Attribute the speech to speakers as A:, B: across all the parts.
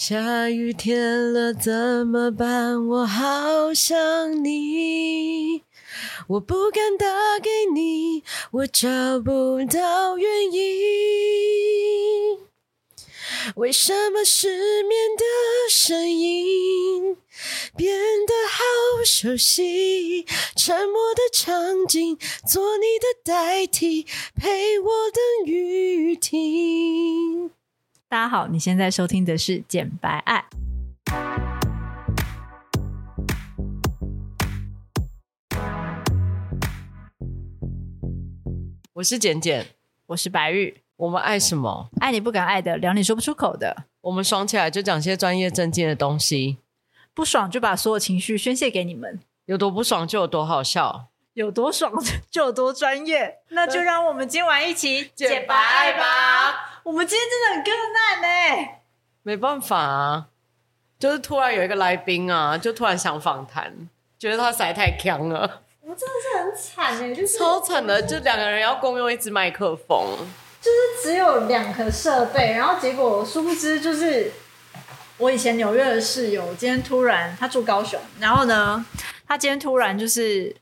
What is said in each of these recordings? A: 下雨天了怎么办？我好想你，我不敢打给你，我找不到原因。为什么失眠的声音变得好熟悉？沉默的场景，做你的代替，陪我等雨停。
B: 大家好，你现在收听的是《简白爱》。
A: 我是简简，
B: 我是白玉，
A: 我们爱什么？
B: 爱你不敢爱的，聊你说不出口的，
A: 我们爽起来就讲些专业正经的东西，
B: 不爽就把所有情绪宣泄给你们，
A: 有多不爽就有多好笑。
B: 有多爽就有多专业。那就让我们今晚 一起
A: 简白爱吧。
B: 我们今天真的很困难欸呢、
A: 没办法啊，就是突然有一个来宾啊，就突然想访谈，觉得他实在太强了，
C: 我真的是很惨哎、就是
A: 超惨的，就两个人要共用一支麦克风。
C: 就是只有两个设备，然后结果殊不知就是
B: 我以前纽约的室友，今天突然他住高雄，然后呢，他今天突然就是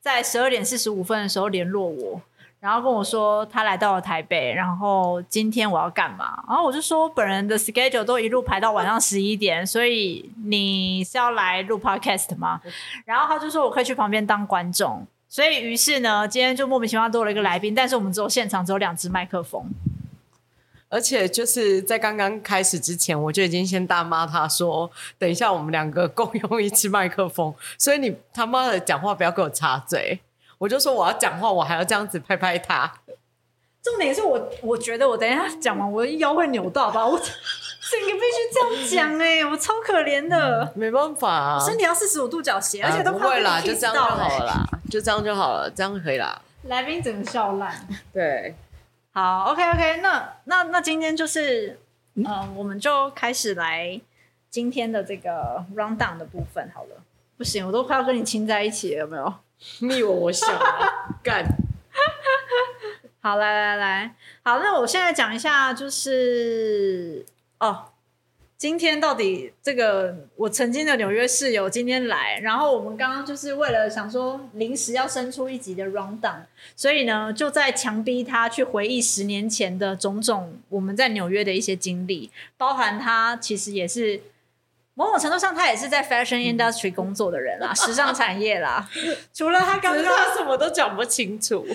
B: 在十二点四十五分的时候联络我，然后跟我说他来到了台北，然后今天我要干嘛？然后我就说本人的 schedule 都一路排到晚上十一点，所以你是要来录 podcast 吗？然后他就说我可以去旁边当观众。所以，于是呢，今天就莫名其妙多了一个来宾，但是我们只有现场只有两只麦克风，
A: 而且就是在刚刚开始之前，我就已经先大骂他说：“等一下，我们两个共用一支麦克风，所以你他妈的讲话不要给我插嘴。”我就说我要讲话，我还要这样子拍拍他。
B: 重点是我，我觉得我等一下讲完，我的腰会扭到吧？我
C: 整个必须这样讲哎、
B: 欸
C: 我超可怜的。
A: 没办法、啊，
B: 身体要四十五度角斜，而且都
A: 啊、不
B: 快
A: 会
B: 被
A: 啦，
B: 你
A: 就
B: kiss
A: 这样就
B: 到
A: 好
B: 欸
A: 了。啦，就这样就好了，这样可以啦。
C: 来宾整个笑烂，
A: 对，
B: 好，OK OK，那那那今天就是，嗯、我们就开始来今天的这个 round down 的部分好了。不行，我都快要跟你亲在一起了，有没有？
A: 你以为我想啊 干？
B: 好，来来来，好，那我现在讲一下，就是哦，今天到底这个我曾经的纽约室友今天来，然后我们刚刚就是为了想说临时要生出一集的 round down，所以呢就在强逼他去回忆十年前的种种我们在纽约的一些经历，包含他其实也是。某种程度上，他也是在 fashion industry 工作的人啦，时尚产业啦。 除了他刚
A: 可
B: 刚
A: 是他什么都讲不清 楚。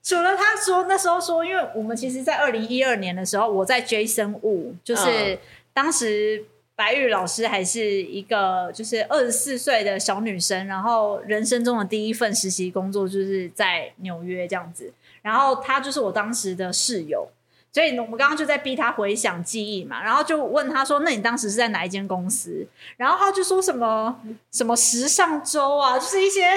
B: 除了他说那时候说，因为我们其实，在二零一二年的时候，我在 Jason Wu，就是
A: 嗯
B: 当时白玉老师还是一个就是二十四岁的小女生，然后人生中的第一份实习工作就是在纽约这样子，然后她就是我当时的室友。所以我们刚刚就在逼他回想记忆嘛，然后就问他说：“那你当时是在哪一间公司？”然后他就说什么什么时尚周啊，就是一些，然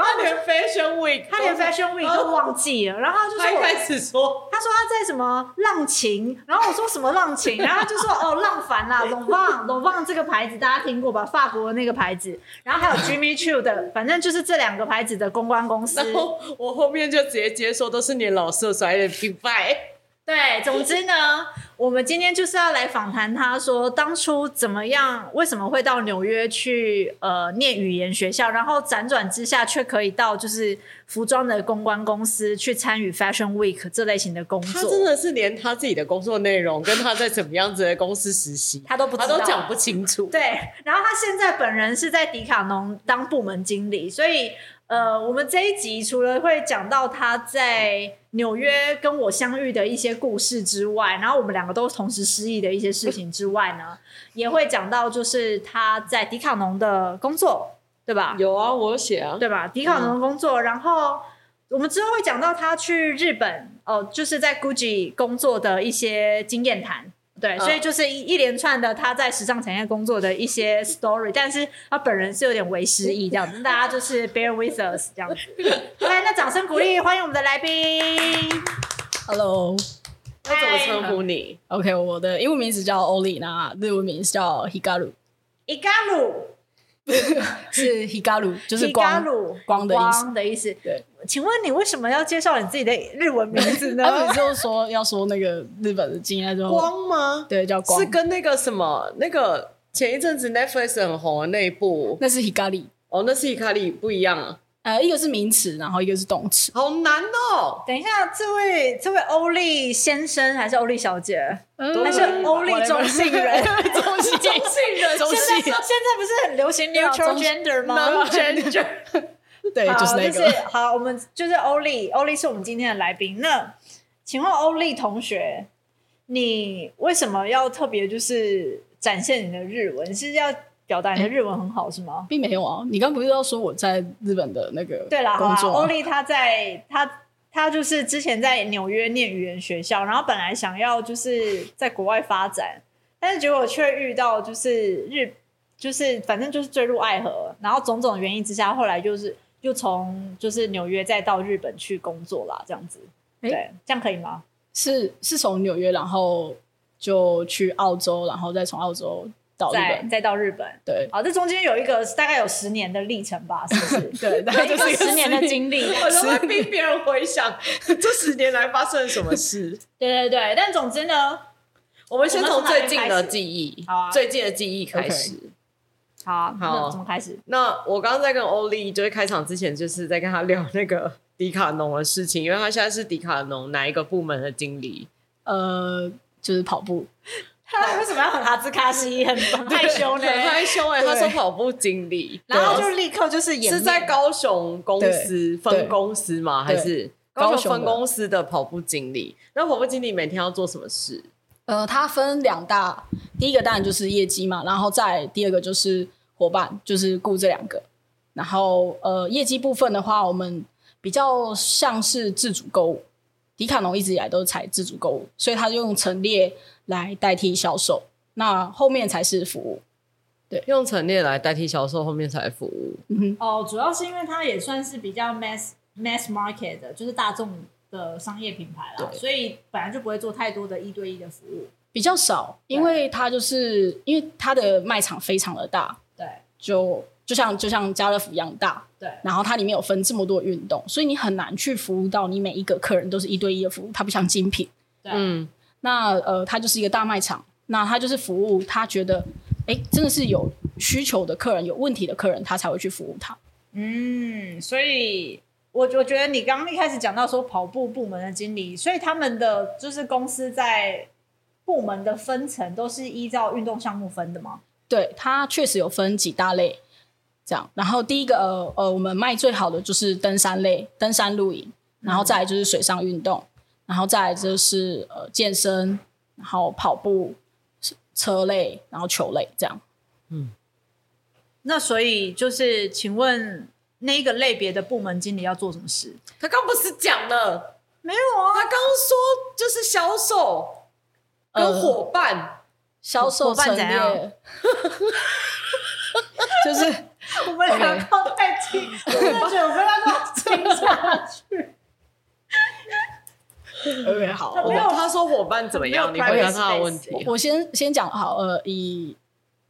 B: 后
A: 他连 Fashion Week，
B: 他连 Fashion Week 都忘记了，然后他就
A: 他
B: 说
A: 一
B: 我，
A: 哦开始说
B: 他说他在什么浪琴，然后我说什么浪琴，然后他就说哦浪凡 啦，Longvang Longvang 这个牌子大家听过吧，法国的那个牌子，然后还有 Jimmy Choo 的，反正就是这两个牌子的公关公司。
A: 然后我后面就直接接受都是年老色衰的品牌。
B: 对，总之呢，我们今天就是要来访谈他说，当初怎么样，为什么会到纽约去呃念语言学校，然后辗转之下却可以到就是服装的公关公司去参与 Fashion Week 这类型的工作。
A: 他真的是连他自己的工作内容跟他在怎么样子的公司实习，
B: 他都不知
A: 他
B: 道
A: 都讲不清楚。
B: 对，然后他现在本人是在迪卡侬当部门经理，所以呃，我们这一集除了会讲到他在纽约跟我相遇的一些故事之外，然后我们两个都同时失忆的一些事情之外呢，也会讲到就是他在迪卡侬的工作，对吧？
A: 有啊，我有写啊。
B: 对吧？迪卡
D: 嗯
B: 侬的工作，然后我们之后会讲到他去日本哦、就是在 GUCCI 工作的一些经验谈。对，
A: 嗯
B: 所以就是一一连串的他在时尚产业工作的一些 story，但是他本人是有点为失忆这样子，大家就是 bear with us 这样子。OK，那掌声鼓励，欢迎我们的来宾。
D: Hello，OK，、
A: 他怎么称呼你？
D: 我的英文名字叫 Oli，那日文名字叫 Hikaru。
B: 伊嘎鲁，
D: 是 Higaru，就是
B: 加
D: 光
B: 鲁
D: 光的意思。
B: 光的意思。
D: 对，
B: 请问你为什么要介绍你自己的日文名字呢？
D: 他们就说要说那个日本的经验之后，
A: 光吗？
D: 对叫光
A: 是，跟那个什么那个前一阵子 Netflix 很红的那一部
D: 那是 Higari。
A: 哦，那是伊卡利不一样啊，
D: 呃，一个是名词，然后一个是动词。
A: 好难 哦。
B: 等一下，这位这位欧丽先生还是欧丽小姐，
D: 嗯
B: 还是欧丽中性
A: 哎
B: 人？
D: 中性中性人，中
B: 现在 现
D: 性
B: 在不是很流行
D: 啊
B: neutral
D: 中
B: gender 吗？
D: 对，
B: 好，
D: 就是那
B: 就是
D: 个。
B: 好，我们就是欧丽，欧丽是我们今天的来宾。那请问欧丽同学，你为什么要特别就是展现你的日文？是要表达你的日文很好是吗？
D: 并没有啊，你刚不是要说我在日本的那个
B: 对啦，好啊
D: 工
B: 啦，
D: 作
B: 欧
D: 吗？
B: 丽她在她她就是之前在纽约念语言学校，然后本来想要就是在国外发展，但是结果却遇到就是日就是反正就是坠入爱河，然后种种原因之下，后来就是又从就是纽约再到日本去工作啦，这样子。
D: 诶
B: 对，这样可以吗？
D: 是是从纽约，然后就去澳洲，然后再从澳洲到日
B: 再
D: 本。
B: 再到日本，
D: 对？
B: 好，这中间有一个大概有十年的历程吧，是不是
D: 对，大概就是一个
B: 十年的经历，
A: 我都会逼别人回想 这十年来发生了什么事。
B: 对对对。但总之呢，
A: 我们先从最
B: 我
A: 近
B: 们从
A: 的
B: 哪边开始
A: 记 忆
B: 好啊，
A: 最近的记忆开始。
B: 好啊，
A: 好
B: 那怎么开始？
A: 那我刚刚在跟欧丽，就是开场之前，就是在跟他聊那个迪卡侬的事情，因为他现在是迪卡侬哪一个部门的经理？
D: 呃，就是跑步。
B: 他 为什么要很哈兹卡西，很很害羞呢？
A: 很害羞哎、
B: 对
A: 他说跑步经理，
B: 然后
A: 对
B: 就立刻就是演
A: 是在高雄公司
D: 对
A: 分公司吗？还
D: 对
A: 是
D: 高
A: 高
D: 雄
A: 雄
D: 的
A: 分公司的跑步经理？那跑步经理每天要做什么事？
D: 呃，它分两大，第一个当然就是业绩嘛，然后再第二个就是伙伴，就是顾这两个。然后呃，业绩部分的话，我们比较像是自主购物，迪卡侬一直以来都是采自主购物，所以它就用陈列来代替销售，那后面才是服务。
A: 用陈列来代替销售，后面才服务。
D: 嗯哼，
B: 哦，主要是因为它也算是比较 mass mass market 的，就是大众的商业品牌啦，
A: 对
B: 所以本来就不会做太多的一对一的服务。
D: 比较少，因为它就是因为它的卖场非常的大，
B: 对
D: 就就像就像家乐福一样大，
B: 对
D: 然后它里面有分这么多运动，所以你很难去服务到你每一个客人都是一对一的服务，它不像精品。
B: 对，
A: 嗯，
D: 那呃，它就是一个大卖场，那它就是服务他觉得，哎，真的是有需求的客人、有问题的客人，他才会去服务他。
B: 嗯，所以我我觉得你刚刚一开始讲到说跑步部门的经理，所以他们的就是公司在部门的分层都是依照运动项目分的吗？
D: 对，它确实有分几大类，这样。然后第一个呃呃，我们卖最好的就是登山类，登山露营，然后再来就是水上运动，然后再来就是呃健身，然后跑步、车类，然后球类这样。
B: 那所以就是，请问那一个类别的部门经理要做什么事？
A: 他刚不是讲了？
B: 没有啊
A: 他，刚说就是销售跟
B: 嗯
D: 呃
A: 伙伴。
D: 销售
B: 伙伴
D: 陈
B: 怎样
D: 列， 就是
B: 我们俩
D: OK
B: 靠太近，我真的觉得我们要到亲下去。
D: OK 好，
B: 没
A: 没
B: 有
A: 有，嗯他说伙伴怎么样？你
B: 没有
A: 回答
B: private
A: 他的
B: space
A: 问题。
D: 我先先讲好，呃，以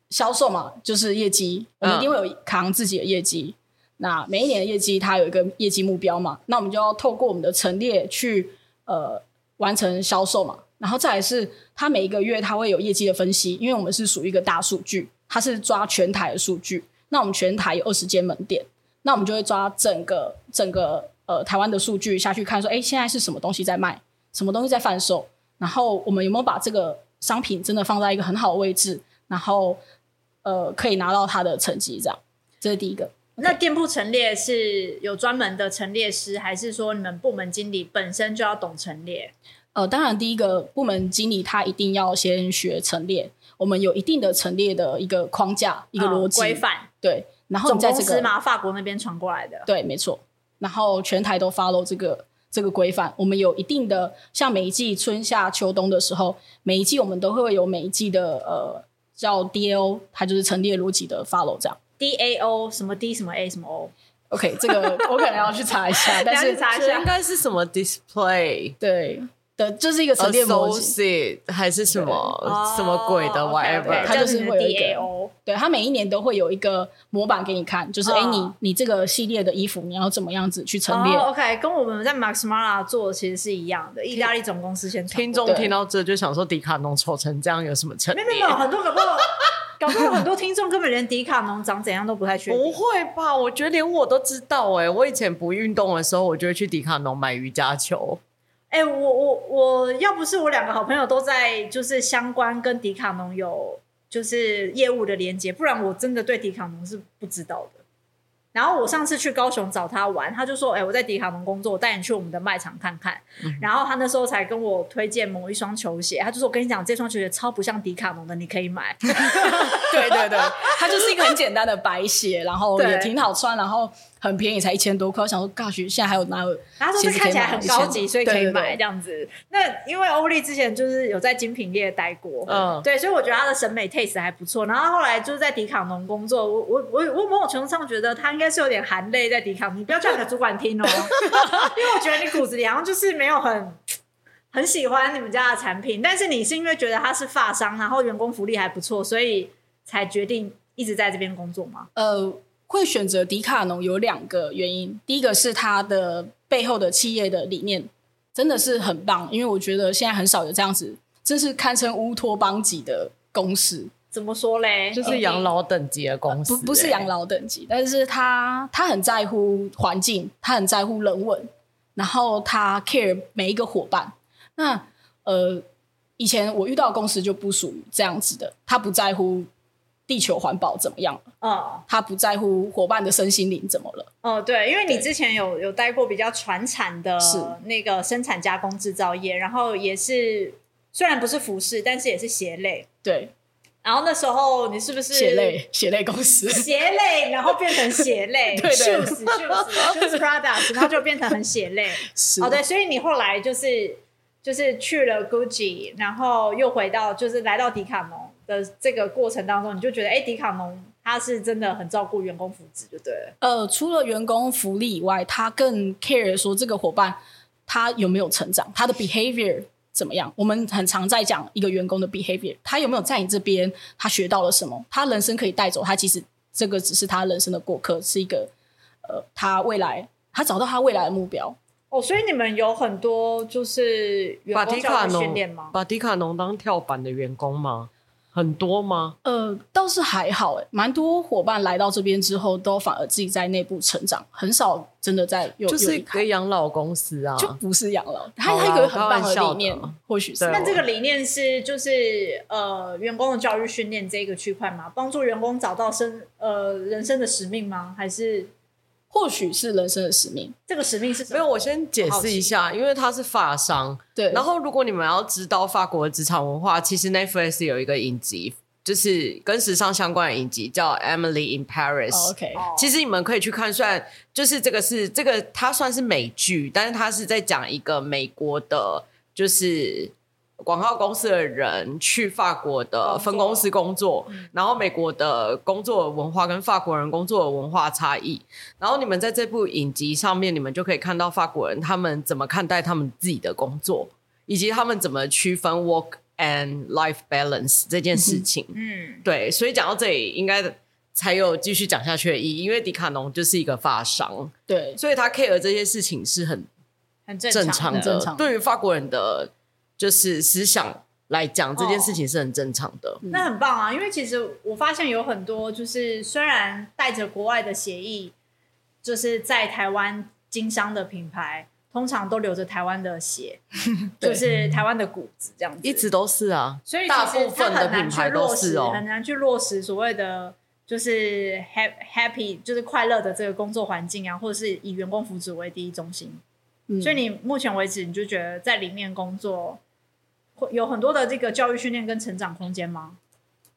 D: 销售嘛，就是业绩，我们一定会有扛自己的业绩。那每一年的业绩，它有一个业绩目标嘛，那我们就要透过我们的陈列去呃完成销售嘛。然后再来是，它每一个月它会有业绩的分析，因为我们是属于一个大数据，它是抓全台的数据。那我们全台有二十间门店，那我们就会抓整个整个呃台湾的数据下去看说，哎，现在是什么东西在卖，什么东西在贩售，然后我们有没有把这个商品真的放在一个很好的位置，然后呃可以拿到它的成绩，这样，这是第一个。
B: 那店铺陈列是有专门的陈列师，还是说你们部门经理本身就要懂陈列？
D: 呃，当然第一个部门经理他一定要先学陈列，我们有一定的陈列的一个框架、一
B: 一
D: 个逻辑，
B: 啊呃规范，
D: 对，然后
B: 总
D: 你在
B: 公
D: 这
B: 司
D: 个
B: 嘛，法国那边传过来的。
D: 对，没错。然后全台都 follow 这个这个规范，我们有一定的，像每一季春夏秋冬的时候，每一季我们都会有每一季的呃叫 DO，它就是陈列逻辑的 follow 这样。
B: D A O 什么 D 什么 A 什么 O，
D: OK，这个我可能要去查一下，但
B: 等一下
D: 是
B: 去查一
A: 这
B: 下
A: 应。该是什么 display？
D: 对的，就是一个陈列逻辑。
A: associate 还是什
D: 呃
A: 么什么鬼的
B: 哦 OK，OK，
A: whatever，
D: 它
B: 这样
D: 就是
B: 你的
D: 会有一个
B: DAO，
D: 对他每一年都会有一个模板给你看，就是哎、
B: 哦
D: 你你这个系列的衣服你要怎么样子去陈列？
B: 哦，OK，跟我们在 Max Mara 做的其实是一样的，意大利总公司先传
A: 听众
D: 对
A: 听到这就想说，迪卡侬丑成这样有什么成
B: 没
A: 立？
B: 有没有没有，很多搞不好，搞不好很多听众根本连迪卡侬长怎样都不太确
A: 不
B: 定。
A: 会吧？我觉得连我都知道哎、我以前不运动的时候，我就会去迪卡侬买瑜伽球。
B: 哎、我我我要不是我两个好朋友都在就是相关跟迪卡侬有就是业务的连接，不然我真的对迪卡侬是不知道的。然后我上次去高雄找他玩，他就说：“哎、我在迪卡侬工作，我带你去我们的卖场看看。然后他那时候才跟我推荐某一双球鞋，他就说：“我跟你讲，这双球鞋超不像迪卡侬的，你可以买。
D: 对对对，它就是一个很简单的白鞋，然后
B: 对
D: 也挺好穿，然后很便宜，才一千多块。我想说，gosh，现在还有哪有鞋子可以
B: 然
D: 买？
B: 后他说这看起来很高级，
D: 1000
B: 所以可以
D: 对对对
B: 买这样子。那因为欧丽之前就是有在精品业待过，
A: 嗯
B: 对，所以我觉得他的审美 taste 还不错。然后后来就是在迪卡侬工作，我我我我某种程度上觉得他应该是有点含泪在迪卡侬，你不要叫你的主管听哦， 因为我觉得你骨子里好像就是没有很。很喜欢你们家的产品，但是你是因为觉得它是发商，然后员工福利还不错，所以才决定一直在这边工作吗？
D: 呃，会选择迪卡侬有两个原因，第一个是它的背后的企业的理念真的是很棒，因为我觉得现在很少有这样子，真是堪称乌托邦级的公司，
B: 怎么说嘞？
A: 就是养老等级的公司、欸
D: 不不是养
A: 老，
D: 老等级，但是他他很在乎环境，他很在乎人文，然后他 care 每一个伙伴。那呃，以前我遇到的公司就不属于这样子的，他不在乎地球环保怎么样，
B: 嗯，
D: 他不在乎伙伴的身心灵怎么了。
B: 哦，对，因为你
D: 对
B: 之前有有待过比较传产的
D: 是
B: 那个生产加工制造业，然后也是虽然不是服饰，但是也是鞋类。
D: 对，
B: 然后那时候你是不是
D: 血泪血泪公 司，
B: 鞋类，然后变成鞋类
D: 对对
B: shoes shoes shoes products，然后就变成很鞋类。
D: 是
B: 哦，对，所以你后来就是就是去了 Gucci，然后又回到就是来到迪卡侬的这个过程当中，你就觉得哎，迪卡侬它是真的很照顾员工福祉，就对了。
D: 呃，除了员工福利以外，他更 care 说这个伙伴他有没有成长，他的 behavior 怎么样。我们很常在讲一个员工的 behavior，他有没有在你这边，他学到了什么，他人生可以带走。他其实这个只是他人生的过客，是一个呃，他未来他找到他未来的目标。
B: 哦，所以你们有很多就是
A: 把
B: 员
A: 迪
B: 工
A: 卡
B: 教育
A: 侬
B: 训练吗？
A: 把迪卡侬当跳板的员工吗？很多吗？
D: 呃，倒是还好诶、蛮多伙伴来到这边之后，都反而自己在内部成长，很少真的在有
A: 就是一个
D: 有离
A: 养老公司啊
D: 开，就不是养老，他
A: 好啦啊
D: 他有一个
A: 我
D: 很
A: 开玩
D: 棒的
A: 笑
D: 理念
A: 的，
D: 或许是
A: 对
B: 那这个理念是就是呃员工的教育训练这个区块吗？帮助员工找到生呃人生的使命吗？还是
D: 或许是人生的使命。
B: 这个使命是什
A: 没
B: 么？
A: 有，我先解释一下，因为它是发商。
D: 对，
A: 然后，如果你们要知道法国的职场文化，其实 Netflix 有一个影集，就是跟时尚相关的影集，叫《Emily in Paris》。
D: 哦 OK，
B: 哦
A: 其实你们可以去看，虽然就是这个是这个，它算是美剧，但是它是在讲一个美国的，就是广告公司的人去法国的
B: 工作
A: 分公司工作，然后美国的工作文化跟法国人工作的文化差异。然后你们在这部影集上面，你们就可以看到法国人他们怎么看待他们自己的工作，以及他们怎么区分 work and life balance 这件事情。
B: 嗯，
A: 对，所以讲到这里，应该才有继续讲下去的意义，因为迪卡侬就是一个发商，
D: 对，
A: 所以他 care 这些事情是很
B: 很正
A: 正
B: 常
A: 常
B: 的。
A: 的。
D: 正常的
A: 对于法国人的就是思想来讲，这件事情是很正常的。
B: 那很棒啊，因为其实我发现有很多就是虽然带着国外的协议，就是在台湾经商的品牌，通常都留着台湾的 鞋，
D: 对
B: 就是台湾的骨子这样子，
A: 一直都是啊，
B: 所以
A: 大
B: 其实
A: 部分
B: 它
A: 的
B: 很难
A: 品牌
B: 去
A: 都
B: 落
A: 是
B: 实
A: 哦
B: 很难去落实所谓的就是 ha- happy 就是快乐的这个工作环境啊，或者是以员工福祉为第一中心。
D: 嗯
B: 所以你目前为止，你就觉得在里面工作会有很多的这个教育训练跟成长空间吗？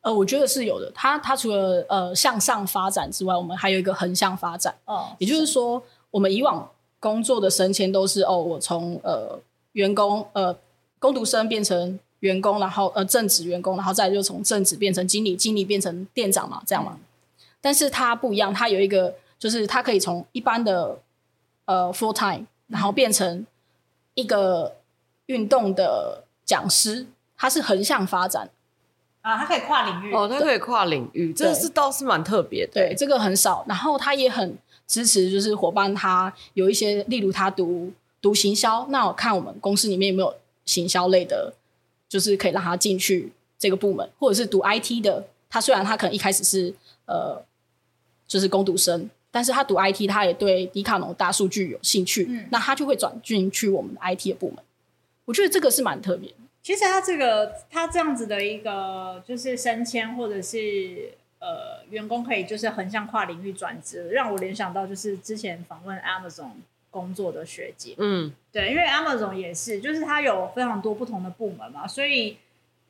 D: 呃，我觉得是有的。它它除了呃向上发展之外，我们还有一个横向发展，
B: 哦，
D: 也就是说，我们以往工作的升迁都是哦，我从呃员工呃工读生变成员工，然后呃正职员工，然后再就从正职变成经理，经理变成店长嘛，这样嘛。但是它不一样，它有一个就是它可以从一般的呃 full time，然后变成一个运动的讲师，他是横向发展，
B: 啊，它可以跨领域。
A: 哦，它可以跨领域，这是倒是蛮特别的。
D: 对，这个很少。然后他也很支持，就是伙伴他有一些，例如他读读行销，那我看我们公司里面有没有行销类的，就是可以让他进去这个部门，或者是读 IT 的，他虽然他可能一开始是呃就是攻读生，但是他读 IT，他也对迪卡侬大数据有兴趣，
B: 嗯
D: 那他就会转进去我们的 IT 的部门。我觉得这个是蛮特别的，
B: 其实它这个它这样子的一个就是升迁或者是呃员工可以就是横向跨领域转职，让我联想到就是之前访问 Amazon 工作的学姐，
A: 嗯，
B: 对，因为 Amazon 也是，就是它有非常多不同的部门嘛，所以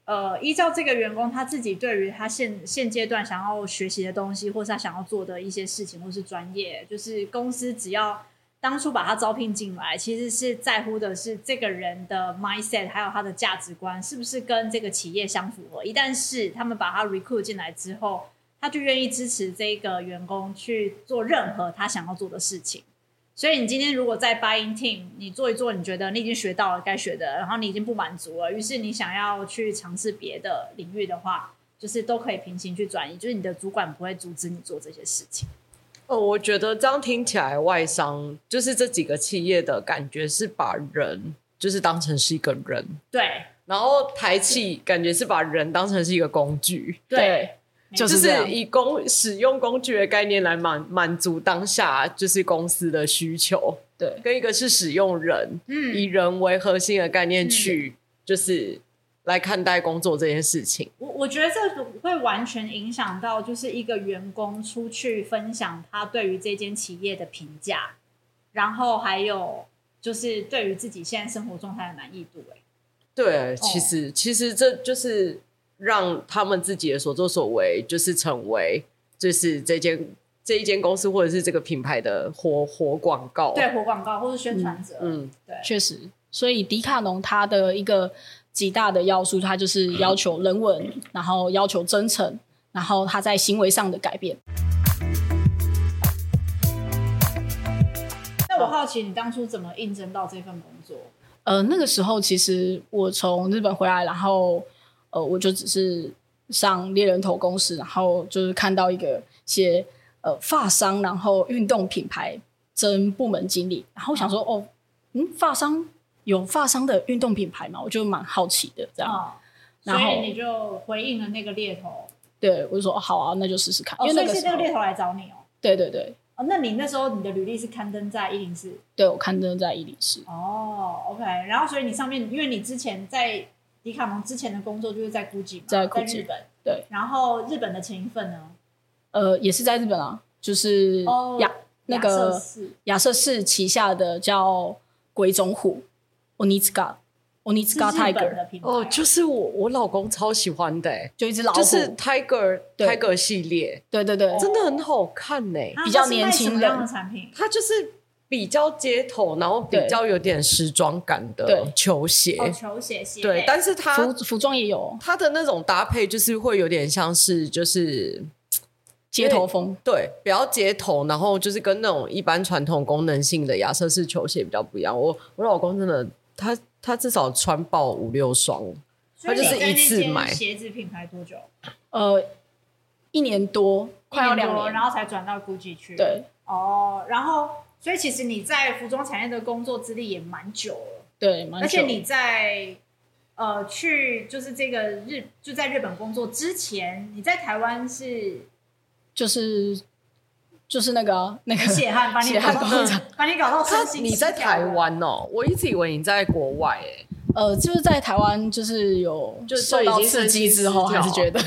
B: 呃，依照这个员工他自己对于他现现阶段想要学习的东西，或是他想要做的一些事情，或是专业，就是公司只要当初把他招聘进来，其实是在乎的是这个人的 mindset，还有他的价值观是不是跟这个企业相符合。一旦是，他们把他 recruit 进来之后，他就愿意支持这个员工去做任何他想要做的事情。所以你今天如果在 buying team，你做一做，你觉得你已经学到了该学的，然后你已经不满足了，于是你想要去尝试别的领域的话，就是都可以平行去转移，就是你的主管不会阻止你做这些事情。
A: 哦，我觉得这样听起来，外商就是这几个企业的感觉是把人就是当成是一个人，
B: 对
A: 然后台企感觉是把人当成是一个工具，
B: 对，
D: 就
A: 就是
D: 这样
A: 是。以工使用工具的概念来满满足当下就是公司的需求，
D: 对
A: 跟一个是使用人，以
B: 嗯，
A: 人为核心的概念去就是来看待工作这件事情。
B: 我我觉得这会完全影响到就是一个员工出去分享他对于这间企业的评价，然后还有就是对于自己现在生活状态的满意度、欸。
A: 对，哦其实、其实这就是让他们自己的所作所为，就是成为就是这间这一间公司或者是这个品牌的活活广告。
B: 对，，活广告或是宣传者，
A: 哦嗯，
B: 对，
D: 确实，所以迪卡侬它的一个极大的要素，它就是要求人文，然后要求真诚，然后它在行为上的改变。
B: 那我好奇你当初怎么应征到这份工作？
D: 呃，那个时候其实我从日本回来，然后呃，我就只是上猎人头公司，然后就是看到一个写呃发商，然后运动品牌争部门经理，然后想说哦，嗯，发商有发商的运动品牌嘛，我就蛮好奇的这样。
B: 啊、
D: 然
B: 所
D: 后
B: 以你就回应了那个猎头，
D: 对，我就说、哦、好啊，那就试试看，
B: 哦，
D: 因为
B: 所
D: 那
B: 以
D: 个
B: 是
D: 时
B: 那
D: 候
B: 个猎头来找你哦。
D: 对对对，
B: 哦，那你那时候你的履历是刊登在一零四
D: 对我刊登在伊犁市，
B: 哦，OK，然后所以你上面，因为你之前在迪卡侬之前的工作就是在 GUCCI 嘛，
D: 在
B: 在
D: Gucci
B: 日本，
D: 对，
B: 然后日本的前一份呢，
D: 呃，也是在日本啊，就是亚、
B: 哦
D: 那
B: 亚瑟
D: 个
B: 士
D: 亚瑟士旗下的叫鬼冢虎 Onitsuka
B: 是
D: Onitsuka
B: 日本
D: Tiger，
B: 的品牌
A: 哦，就是我我老公超喜欢的、欸，
D: 就一只老虎，
A: 就是 Tiger
D: 对
A: Tiger 系列，
D: 对对对，
A: 真的很好看呢、
B: 啊
D: 比较
B: 它是卖
D: 年轻
B: 什么样
D: 人
B: 的产品，哦
A: 它就是比较街头，然后比
D: 对
A: 较有点时装感的
D: 对
A: 球鞋，
B: 哦，球鞋鞋
A: 对
B: 类，
A: 但是它
D: 服服装也有
A: 它的那种搭配就是会有点像是就是
D: 街头风，
A: 对，比较街头，然后就是跟那种一般传统功能性的亚瑟士球鞋比较不一样。我我老公真的，他他至少穿爆五六双，
D: 哦
B: 所
A: 它
B: 以
A: 就
B: 你
A: 是
B: 在
A: 一
B: 那
A: 次
B: 间
A: 买
B: 鞋子品牌多久？
D: 呃，一年多，快要
B: 一
D: 两
B: 多
D: 年，
B: 然后才转到 GUCCI 去，
D: 对
B: 哦，然后所以其实你在服装产业的工作资历也蛮久了，
D: 对，蛮
B: 而且
D: 久
B: 你在呃去就是这个日就在日本工作之前，你在台 湾是
D: 就是就是那个啊、那个
B: 血汗把你
D: 血
B: 搞
D: 汗
B: 到
D: 工厂
B: 把你搞到
A: 他
B: 身心
A: 你在台湾哦，我一直以为你在国外诶、
D: 呃，就是在台湾，就是有
A: 就
D: 受到刺激之后，
A: 就已
D: 还
A: 经
D: 是觉得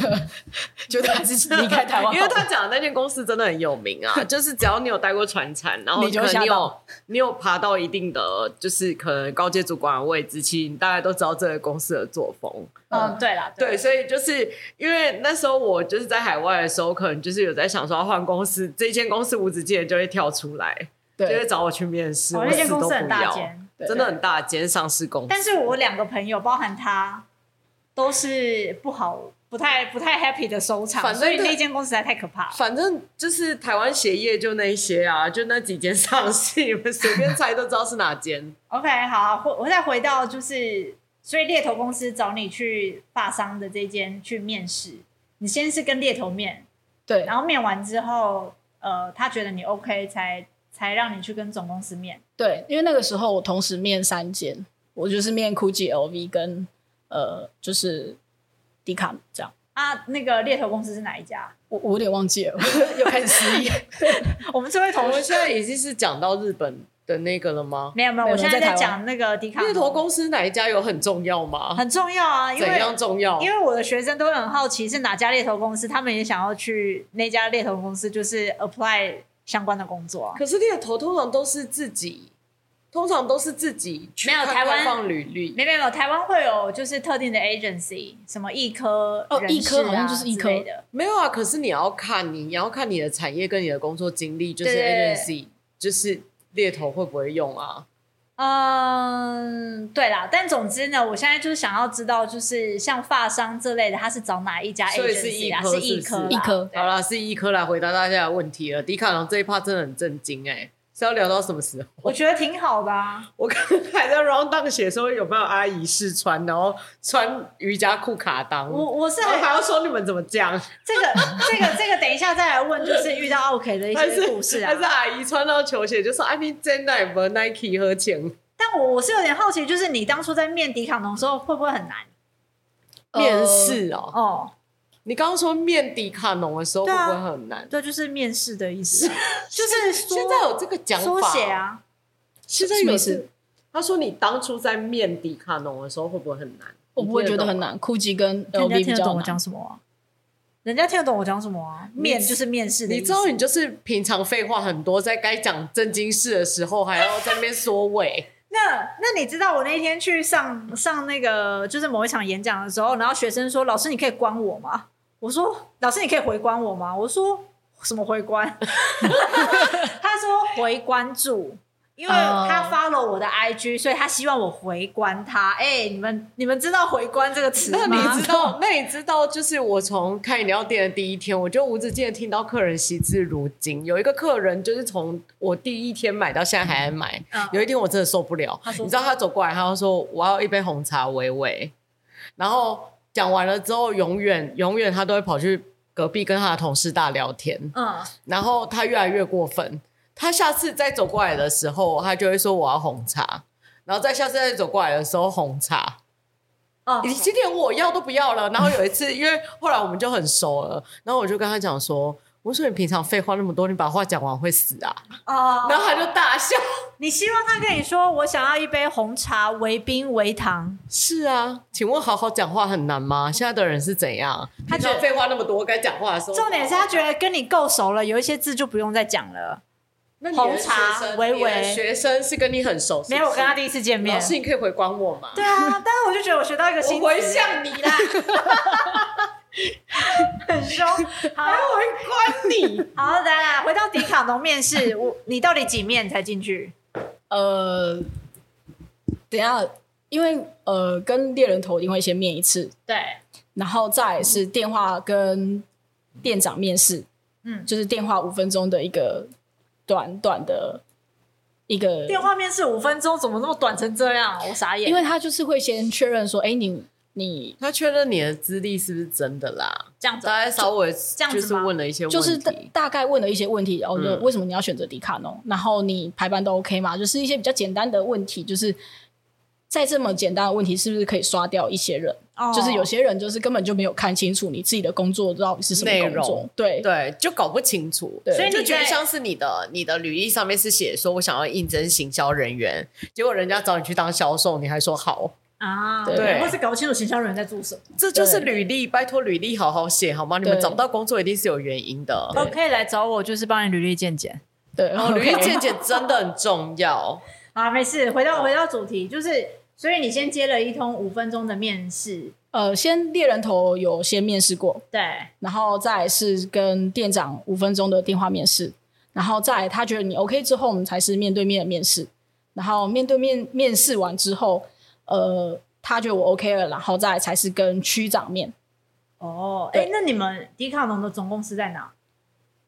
D: 觉得还是离开台湾好，
A: 因为他讲的那间公司真的很有名 啊，就是只要你有待过船产，然后
D: 你就
A: 可能你
D: 吓
A: 有
D: 到
A: 你有爬到一定的就是可能高阶主管的位置，其实你大概都知道这个公司的作风。
D: 呃
B: 嗯，对啦，
A: 对，所以就是因为那时候我就是在海外的时候，可能就是有在想说要换公司，这间公司无止境的就会跳出来，就会
D: 对
A: 找我去面试，
B: 哦
A: 我
B: 那间
A: 死都
B: 公
A: 不
B: 司很大
A: 要，
B: 间，
D: 对
A: 真的很大间上市公司。
B: 但是我两个朋友，包含他，都是不好。不太不太 happy 的收场，
A: 反正
B: 所以
A: 对
B: 那间公司实在太可怕了。
A: 反正就是台湾鞋业就那些啊，就那几间上市，你们随便猜都知道是哪间。
B: OK，好，我我再回到就是，所以猎头公司找你去发商的这间去面试，你先是跟猎头面，
D: 对
B: 然后面完之后，呃，他觉得你 OK 才才让你去跟总公司面。
D: 对，因为那个时候我同时面三间，我就是面 GUCCI、LV 跟呃就是迪卡这样。
B: 啊，那个猎头公司是哪一家？
D: 我我有点忘记 了，我又开始失忆。
B: 我们这位
A: 我
B: 同
A: 们
B: 事
A: 现在已经是讲到日本的那个了吗？
B: 没有没有，
D: 没
B: 我
D: 有
B: 现在
D: 在台
B: 在
D: 湾
B: 讲那个迪卡
A: 猎头公司哪一家有很重要吗？
B: 很重要啊，因
A: 怎
B: 为
A: 样重要？
B: 因为我的学生都会很好奇是哪家猎头公司，他们也想要去那家猎头公司，就是 apply 相关的工作啊。
A: 可是猎头通常都是自己，通常都是自己去
B: 没有
A: 看
B: 台湾
A: 开放履历。
B: 没没有，台湾会有就是特定的 agency，什么一科、
D: 哦
B: 人事啊
D: 一科好像就是一科
B: 之类的。
A: 没有啊，可是你要看你，你要看你的产业跟你的工作经历，就是
B: 对对对
A: agency，就是猎头会不会用啊？
B: 嗯，对啦，但总之呢，我现在就是想要知道，就是像发商这类的，他是找哪一家
A: 所以是
B: agency 啊？
A: 一科
B: 是
A: 是不
B: 一科啦，
A: 是
D: 一科
B: 对
A: 好啦，是一科来回答大家的问题了。迪卡侬这一趴真的很震惊哎、是要聊到什么时候？
B: 我觉得挺好的啊。
A: 我刚才在 round down 写说有没有阿姨试穿，然后穿瑜伽裤卡裆，
B: 我我是
A: 然后
B: 很
A: 还要说你们怎么讲，
B: 这个这个这个，等一下再来问，就是遇到 OK 的一
A: 还
B: 些故事
A: 是
B: 啊
A: 还。是阿姨穿到球鞋就说哎，你真的有 Nike 和钱？
B: 但我我是有点好奇，就是你当初在面迪卡侬的时候，会不会很难？呃
A: 面试哦、
B: 哦，
A: 你刚刚说面迪卡侬的时候会
B: 对啊
A: 不会很难？
B: 对，就是面试的意思啊，就是缩
A: 现在有这个讲法，哦
B: 缩写，啊。
A: 现在有
D: 什么意
A: 是。他说你当初在面迪卡侬的时候会不会很难？
D: 我不会觉得很
A: 你
D: 难，GUCCI 跟
B: 人家
D: LV 比
B: 啊听得
D: 较
B: 呃懂我
D: 难
B: 讲。什么啊？人家听得懂我讲什么啊？面就是面试的
A: 你
B: 意
A: 知
B: 思。
A: 道，你就是平常废话很多，在该讲正经事的时候，还要在那边缩尾。
B: 那那你知道我那一天去上上那个就是某一场演讲的时候，然后学生说：“老师，你可以关我吗？”我说：“老师，你可以回关我吗？”我说：“什么回关？” 他说：“回关注。”因为
D: 哦
B: 他 follow 我的 IG，所以他希望我回关他。哎、你们你们知道“回关”这个词
A: 那
B: 吗？
A: 你知道，那你知道，就是我从开饮料店的第一天，我就无止境的听到客人惜字如金。有一个客人就是从我第一天买到现在还在买，
B: 嗯
A: 有一天我真的受不了，
B: 他说
A: 你知道他走过来，他就说我要一杯红茶微微，然后讲完了之后，永远永远他都会跑去隔壁跟他的同事大聊天，
B: 嗯，
A: 然后他越来越过分，他下次再走过来的时候，他就会说我要红茶，然后再下次再走过来的时候红茶。
B: 哦
A: 已经连我要都不要了。然后有一次，因为后来我们就很熟了，然后我就跟他讲说：“我说你平常废话那么多，你把话讲完会死啊
B: 哦！”，
A: 然后他就大笑。
B: 你希望他跟你说：“我想要一杯红茶，微冰微糖。
A: 是啊，请问好好讲话很难吗？现在的人是怎样？
B: 他觉得
A: 平常废话那么多，该讲话的时”候，
B: 重点是他觉得跟你够熟了，有一些字就不用再讲了。
A: 那你的
B: 红茶
A: 学生
B: 微微
A: 你的学生是跟你很熟，是不
B: 没
A: 是
B: 有，我跟他第一次见面
A: 老。师，你可以回关我吗？
B: 对啊，但是我就觉得我学到一个新
A: 我回
B: 词，
A: 向你啦，
B: 很凶。 好，
A: 我会关你。
B: 好，来来，回到迪卡侬面试，我你到底几面才进去？
D: 呃，等一下，因为呃，跟猎人头一定会先面一次，
B: 对，
D: 然后再是电话跟店长面试，
B: 嗯
D: 就是电话五分钟的一个短短的一个
B: 电，话面试五分钟，怎么那么短成这样？我傻眼。
D: 因为他就是会先确认说，哎，你你
A: 他确认你的资历是不是真的啦？
B: 这样子
A: 大概稍微
B: 样
A: 就
B: 子
A: 是
B: 吗
A: 问了一些问题，
D: 就是大大概问了一些问题，然后就
A: 嗯
D: 为什么你要选择迪卡侬，然后你排班都 OK 吗？就是一些比较简单的问题，就是在这么简单的问题，是不是可以刷掉一些人？
B: 哦
D: 就是有些人就是根本就没有看清楚你自己的工作到底是什么
A: 内
D: 工作
A: 容，
D: 对
A: 对，就搞不清楚。
D: 对
B: 所以你
A: 就觉得
B: 在
A: 像是你的你的履历上面是写说我想要应征行销人员，结果人家找你去当销售，你还说好，
B: 啊，
D: 对
B: 或是搞不清楚行销人员在做什么。
A: 这就是
D: 对
A: 履历，拜托履历好好写好吗？你们
D: 对
A: 找不到工作一定是有原因的。
B: 哦，可以来找我，就是帮你履历见解。
D: 对，
A: 然 后履历
D: OK
A: 见解真的很重要，
B: 啊，没事，回到回到主题，就是所以你先接了一通五分钟的面试，
D: 呃，先猎人头有先面试过，
B: 对，
D: 然后再来是跟店长五分钟的电话面试，然后再来他觉得你 OK 之后，我们才是面对面的面试。然后面对面面试完之后，呃，他觉得我 OK 了，然后再来才是跟区长面。
B: 哦，
D: 对
B: 哎，那你们迪卡侬的总公司在哪？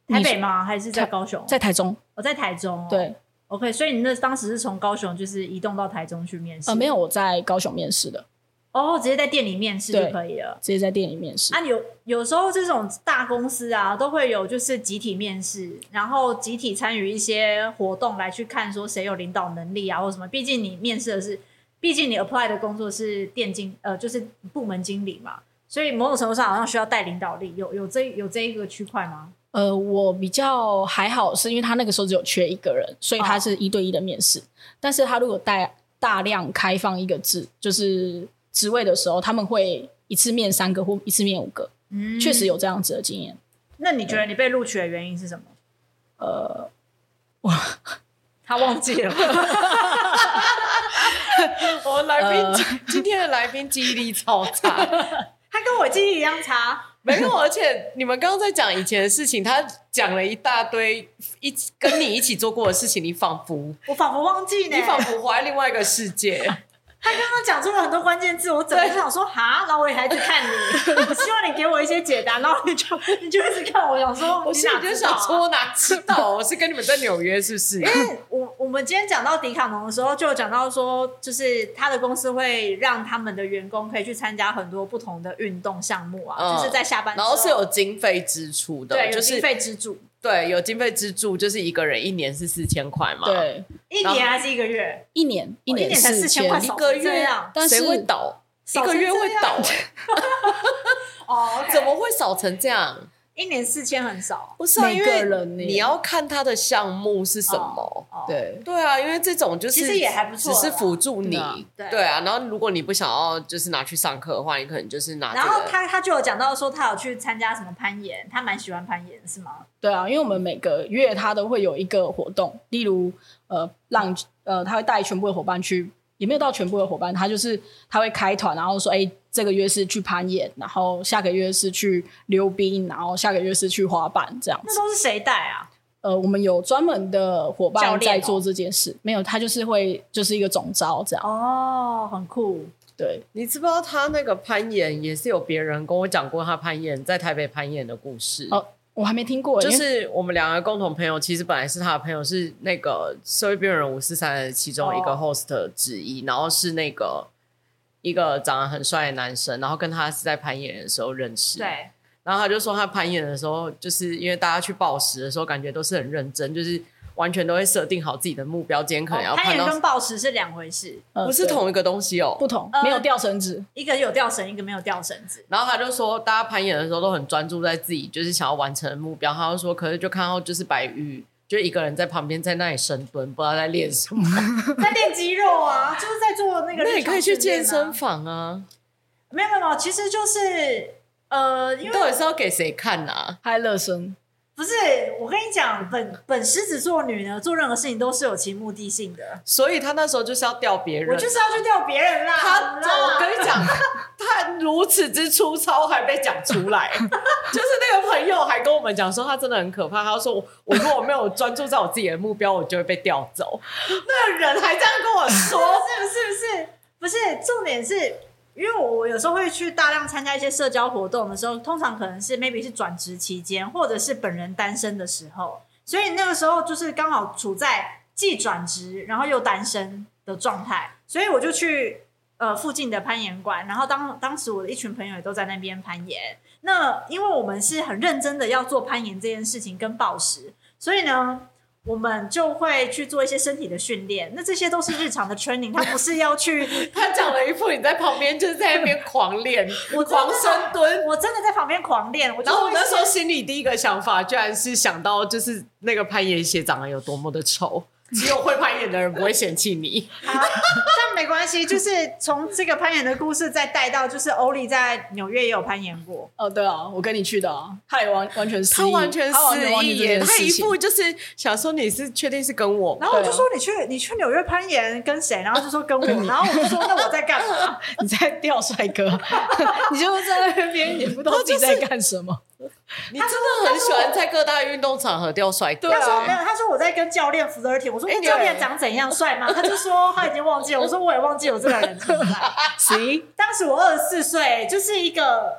D: 你
B: 台
D: 是
B: 北吗？还是在高雄？
D: 在台中，
B: 我在台中哦。
D: 对，
B: OK，所以你那当时是从高雄就是移动到台中去面试？
D: 呃，没有，我在高雄面试的，
B: 哦，直接在店里面试
D: 对
B: 就可以了。
D: 直接在店里面试。
B: 啊，有有时候这种大公司啊，都会有就是集体面试，然后集体参与一些活动来去看说谁有领导能力啊，或什么。毕竟你面试的是，毕竟你 apply 的工作是店经呃，就是部门经理嘛，所以某种程度上好像需要带领导力。有有这有这一个区块吗？
D: 呃，我比较还好，是因为他那个时候只有缺一个人，所以他
B: 哦
D: 是一对一的面试。但是他如果带大量开放一个职，就是职位的时候，他们会一次面三个或一次面五个，
B: 嗯，
D: 确实。有这样子的经验。
B: 那你觉得你被录取的原因是什么？
D: 呃，
B: 他忘记了。
A: 我来
D: 宾
A: 宾今天的来宾记忆力超差。
B: 他跟我记忆一样差，
A: 没有，而且你们刚刚在讲以前的事情，他讲了一大堆一起跟你一起做过的事情，你仿佛
B: 我仿佛忘记呢。
A: 你仿佛活在另外一个世界。
B: 刚刚讲出了很多关键字，我整个就想说哈，然后我也还在 看你，我希望你给我一些解答，然后你就你就一直看我，想 说
A: 我心里就想说，，我哪知道？ 我是跟你们在纽约，是不是？
B: 你哪知道啊我我们今天讲到迪卡侬的时候，就有讲到说，就是他的公司会让他们的员工可以去参加很多不同的运动项目啊，
A: 嗯
B: 就是在下班之
A: 然
B: 后，
A: 后是有经费支出的，
B: 对
A: 就
B: 有
A: 是
B: 经费支柱，
A: 对有经费支柱，就是一个人一年是四千块嘛。，
D: 对，
B: 一
A: 然后
B: 年还是一个月？
D: 一年一
B: 哦一
D: 年
B: 年才
D: 四
B: 4000块
A: 一个月
D: 但是
A: 谁会倒？一
B: 少成
A: 个月会倒，欸
B: 哦，
A: 怎么会少成这样？
B: 一年四千很少？
A: 不是啊，
D: 每
A: 因
D: 个
A: 为
D: 人耶
A: 你要看他的项目是什么。
B: 哦，
D: 对
A: 对啊，因为这种就是
B: 其实也还不错
A: 只是
B: 啦
A: 辅助你
D: 对啊。
B: 对
A: 对啊，然后如果你不想要就是拿去上课的话，你可能就是啊拿这
B: 然
A: 个。
B: 后他他就有讲到说，他有去参加什么攀岩，他蛮喜欢攀岩，是吗？
D: 对啊，因为我们每个月他都会有一个活动，例如呃，让呃，他会带全部的伙伴去，也没有到全部的伙伴，他就是他会开团，然后说，哎，这个月是去攀岩，然后下个月是去溜冰，然后下个月是去滑板这样
B: 那
D: 子。
B: 都是谁带啊？
D: 呃，我们有专门的伙
B: 教
D: 伴
B: 练哦
D: 在做这件事，没有，他就是会就是一个总招这样。
B: 哦，很酷。
D: 对，
A: 你知不知道他那个攀岩也是有别人跟我讲过他攀岩在台北攀岩的故事？
D: 哦，我还没听过，
A: 就
D: 因为
A: 是我们两个共同朋友，其实本来是他的朋友，是那个社会边缘人五四三的其中一个
B: 哦
A: host 之一，然后是那个一个长得很帅的男生，然后跟他是在攀岩的时候认识。。
B: 对，
A: 然后他就说他攀岩的时候，就是因为大家去报时的时候，感觉都是很认真，就是完全都会设定好自己的目标，今天可能要
B: 攀
A: 攀
B: 岩
A: 到，
B: 哦跟暴食是两回事，
D: 呃
A: 不是
D: 对
A: 同一个东西哦。
D: 不同
B: 呃，
D: 没有吊绳子，
B: 一个有吊绳，一个没有吊绳子。
A: 然后他就说，大家攀岩的时候都很专注在自己就是想要完成的目标。他就说，可是就看到就是白玉，就一个人在旁边在那里深蹲，不知道在练什么。
B: 在练肌肉啊，就是在做那个。
A: 那你可以去健身。房啊，
B: 没有没有没有，其实就是呃，因
A: 你
B: 为
A: 到底是要给谁看啊？
D: 嗨乐生，
B: 不是我跟你讲，本本狮子座女呢，做任何事情都是有其目的性的。
A: 所以他那时候就是要吊别人。
B: 我就是要去钓别人啦。
A: 他，
B: 好
A: 我
B: 啦
A: 跟你讲， 他如此之粗糙，还被讲出 来。就是那个朋友还跟我们讲说，他真的很可怕。他说我，我如果没有专注在我自己的目标，我就会被调 走。那个人还这样跟我说，
B: 是不是不是不是，重点是因为我有时候会去大量参加一些社交活动的时候，通常可能是 maybe 是转职期间，或者是本人单身的时候，所以那个时候就是刚好处在既转职然后又单身的状态，所以我就去呃附近的攀岩馆，然后当当时我的一群朋友也都在那边攀岩。那因为我们是很认真的要做攀岩这件事情跟暴食，所以呢，我们就会去做一些身体的训练。那这些都是日常的 training，它不是 要去。
A: 他讲了一副你在旁边就是在那边狂练，
B: 我
A: 狂深蹲。
B: 我真的在旁边狂练。我就
A: 然后我
B: 会
A: 那时候
B: 先
A: 心里第一个想法，居然是想到就是那个攀岩鞋长得有多么的丑，只有会攀岩的人不会嫌弃你。
B: 好， 但没关系，就是从这个攀岩的故事再带到，就是欧丽在纽约也有攀岩过。
D: 哦，对啊，我跟你去的啊，他也完完全失忆，
A: 他完全
D: 他完
A: 失
D: 忘记
A: 忆
D: 这件
A: 耶，他
D: 事
A: 一
D: 情
A: 副就是想说你是确定是跟我吗，
B: 然后我就说你去你去纽约攀岩跟谁？然后就说跟我。然后我就说那我在 干嘛？
D: 你在钓帅哥， 你就在那边也不知道自己在干什么。
A: 你真的很喜欢在各大运动场合钓帅哥。
B: 他说没有，他说我在跟教练 flirting。我说
A: 啊哎
B: 那教练
A: 对
B: 长怎样帅吗？他就说他已经忘记了。我啊说我也忘记有这个人存在。
D: 行，
B: 当时我二十四岁，就是一个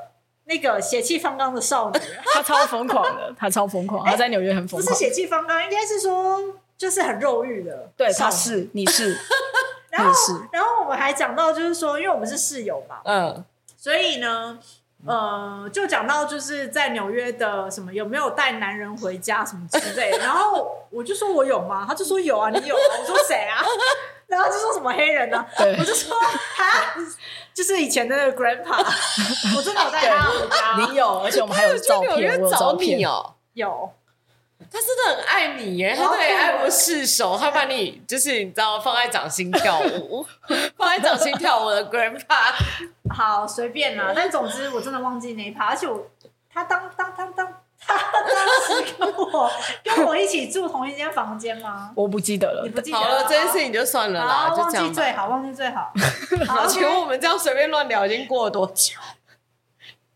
B: 那个血气方刚的少女，
D: 他超疯狂的，他超疯狂，他在纽约很疯
B: 不
D: 狂。
B: 是血气方刚，应该是说就是很肉欲的。
D: 对，
B: 少
D: 他
B: 女。
D: 是，你 是，
B: 然
D: 你
B: 后
D: 是，
B: 然后我们还讲到，就是说，因为我们是室友嘛，
A: 嗯
B: 所以呢，呃，就讲到就是在纽约的什么有没有带男人回家什么之类 的，然后我就说我有吗？他就说有啊，你有啊？我说谁 啊？然后就说什么黑人呢、啊？
D: 对
B: 我就说哈，就是以前的那个 grandpa，我真的有带他回家，
D: 你有，而且我们还有照
A: 他有去纽
D: 片，
A: 约
D: 我有照
A: 找你
D: 片。
A: 哦，
B: 有
A: 他真的很爱你耶，他对你爱不释手，他把你就是你知道放在掌心跳舞， 放在掌心跳舞的 grandpa，
B: 好随便啦。但总之我真的忘记那一趴，而且我他当当当当。他当时跟我跟我一起住同一间房间吗？
D: 我不记得了
B: 你，不记得
A: 好了，这件事情就算了啦，
B: 好，
A: 就
B: 忘
A: 这样
B: 记
A: 吧。
B: 最好，忘记最好。
A: 好，
B: 好，
A: 请问我们这样随便乱聊已经过了多久？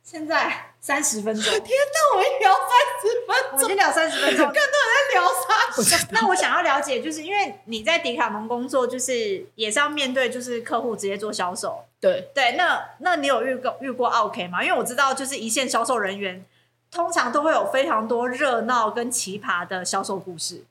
B: 现在三十分钟，
A: 天啊哪，我们聊三
B: 我们先聊三十分钟。
A: 十分钟，在聊啥？
B: 那我想要了解，就是因为你在迪卡侬工作，就是也是要面对就是客户直接做销售。
D: 对，
B: 对，那那你有遇过遇过 OK 吗？因为我知道，就是一线销售人员通常都会有非常多热闹跟奇葩的销售故事。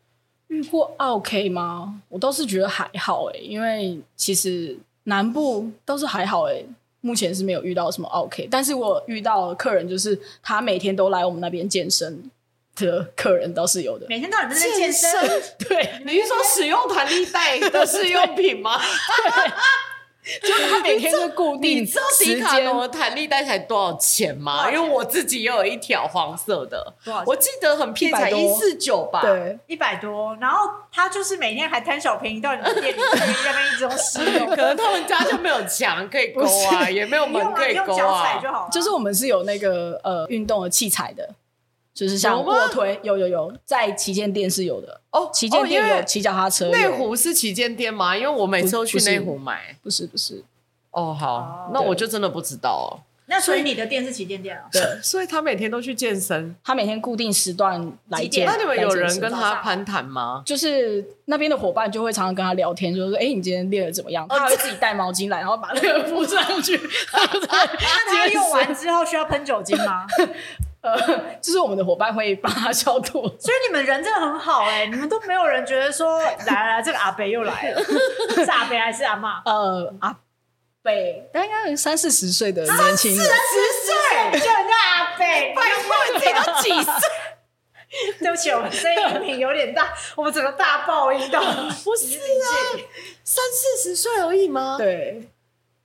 D: 遇过啊 OK 吗？我倒是觉得还好哎、因为其实南部倒是还好哎、目前是没有遇到什么 OK，但是我遇到的客人就是他每天都来我们那边健身的客人倒是有的，
B: 每天到底在那边健身，
D: 对，
A: 你是说使用弹力带的试用品吗？
D: 就是他每天是固定
A: 你知道
D: 时
A: 迪卡
D: 间
A: 侬的弹力带才多少钱
B: 多
A: 吗？
B: 少钱
A: 因为我自己也有一条黄色的
B: 多少钱，
A: 我记得很便宜，才
D: 100
A: 一
D: 多
A: 四九吧。
D: 对。
B: 一百多，然后他就是每天还贪小便宜到你们店里，在那边一直用试用，
A: 可能他们家就没有墙可以勾
D: 不
A: 啊，
D: 是
A: 也没有
B: 不
A: 门
B: 用啊，
A: 可
B: 你
A: 以
B: 用
A: 勾
B: 脚踩
A: 啊
B: 就。好了。
D: 就是我们是有那个呃运动的器材的，就是像
A: 有吗
D: 卧推，有有有，在旗舰店是有的
A: 哦
D: 旗舰
A: 哦因
D: 店
A: 为
D: 有骑脚踏车，
A: 内
D: 有
A: 湖是旗舰店吗？因为我每次都去
D: 不是
A: 内湖买。
D: 不是不是，
A: 哦，
B: 哦
A: 好，那我就真的不知道哦。
B: 那所以你的店是旗舰店 啊？
D: 对，
A: 所以他每天都去健身。
D: 他每天固定时段来
B: 几
D: 健，
B: 点
A: 那你们
D: 来
A: 有
D: 健
A: 人
D: 身
A: 跟
B: 早
A: 他
B: 上
A: 攀谈吗？
D: 就是那边的伙伴就会常常跟他聊天，就说：“哎、你今天练的怎么
A: 哦
D: 样？”他还会自己带毛巾来，然后把那个敷上 去。
B: 那他用完之后需要喷酒精吗？
D: 呃，就是我们的伙伴会帮他消毒。
B: 所以你们人真的很好哎、你们都没有人觉得说来来，这个阿北又来了， 是阿北还是阿妈？
D: 呃，阿北，大概三四十岁的年轻
B: 十
D: 人，
B: 岁就人家阿北，拜托自己都几岁？对不起，我们声音频有点大，我们整个大爆音到。不是啊，
A: 三四十岁而已吗？，
D: 对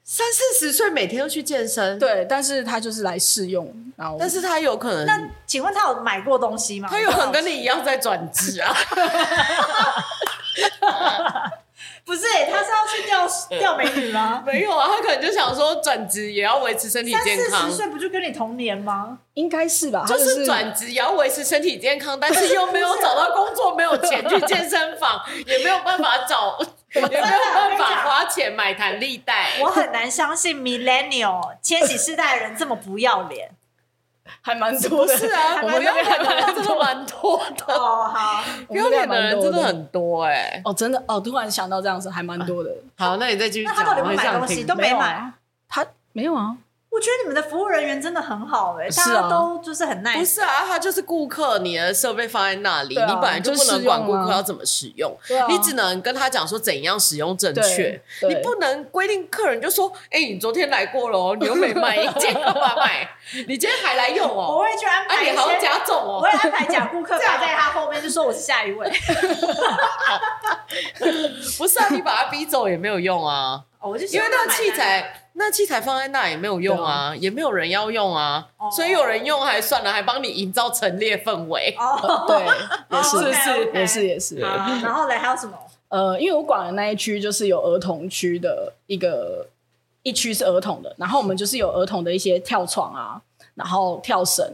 A: 三四十岁每天都去健身。，
D: 对，但是他就是来试用，然后
A: 但是他有可能，
B: 那请问他有买过东西吗？
A: 他有可能跟你一样在转职啊。
B: 不是、他是要去
A: 呃
B: 钓钓美女吗？
A: 没有啊，他可能就想说转职也要维持身体
B: 三
A: 健
B: 四
A: 康
B: 十，岁不就跟你同年吗？
D: 应该是吧，他
A: 就
D: 就是
A: 转职也要维持身体健康，但是又没有找到工作，没有钱去健身房，也没有办法找，也没有办法花钱买弹力带。
B: 我很难相信 millennial 千禧世代的人这么不要 脸。
D: 还蛮多的。
A: 是啊，我
D: 我们
A: 们
D: 那
A: 要
D: 边还
A: 看的人
D: 蛮
A: 真
D: 多
A: 的蛮多的，
B: 哦，好，
A: 不
D: 我们
A: 要
D: 那
A: 脸的
D: 边还蛮
A: 人
D: 多
A: 真的很多哎、
D: 哦，真的哦，突然想到这样子，还蛮多的。
A: 好，那你再继续
B: 那
A: 讲，
B: 他到底有
A: 我
B: 没有
A: 很
B: 买
A: 想
B: 东西
A: 听
B: 都。没
D: 没有
B: 买？
D: 啊他没有啊，
B: 我觉得你们的服务人员真的很好哎、
D: 是
B: 大
D: 啊
B: 家都就是很
A: 不
B: nice。
A: 是啊，他就是顾客，你的设备放在那里，
D: 对啊
A: 你本来就不能管顾客要怎么使用，
D: 对啊
A: 你只能跟他讲说怎样使用正确
D: 对，对
A: 你不能规定客人就说，哎、你昨天来过了哦，你又没卖，你今天干嘛卖？你今天还来用
B: 我
A: 哦？
B: 会去安
A: 啊，
B: 排
A: 你
B: 一
A: 好像
B: 些，
A: 加重
B: 我
A: 哦
B: 会。安排假顾客摆在他后面，就说我是下一位。
A: 不是啊，你把他逼走也没有用啊，
B: 哦我就喜
A: 因为
B: 欢
A: 那个
B: 买
A: 器
B: 单，
A: 材，那器材放在那也没有用啊，也没有人要用啊，
B: 哦
A: 所以有人用还算了，还帮你营造陈列氛围。
B: 哦，
D: 对，也
B: 哦
D: 是，
B: OK，OK
D: 也是，也是。
B: 好然后嘞还有什么？
D: 呃，因为我管的那一区就是有儿童区的一个一区是儿童的，然后我们就是有儿童的一些跳床啊，然后跳绳，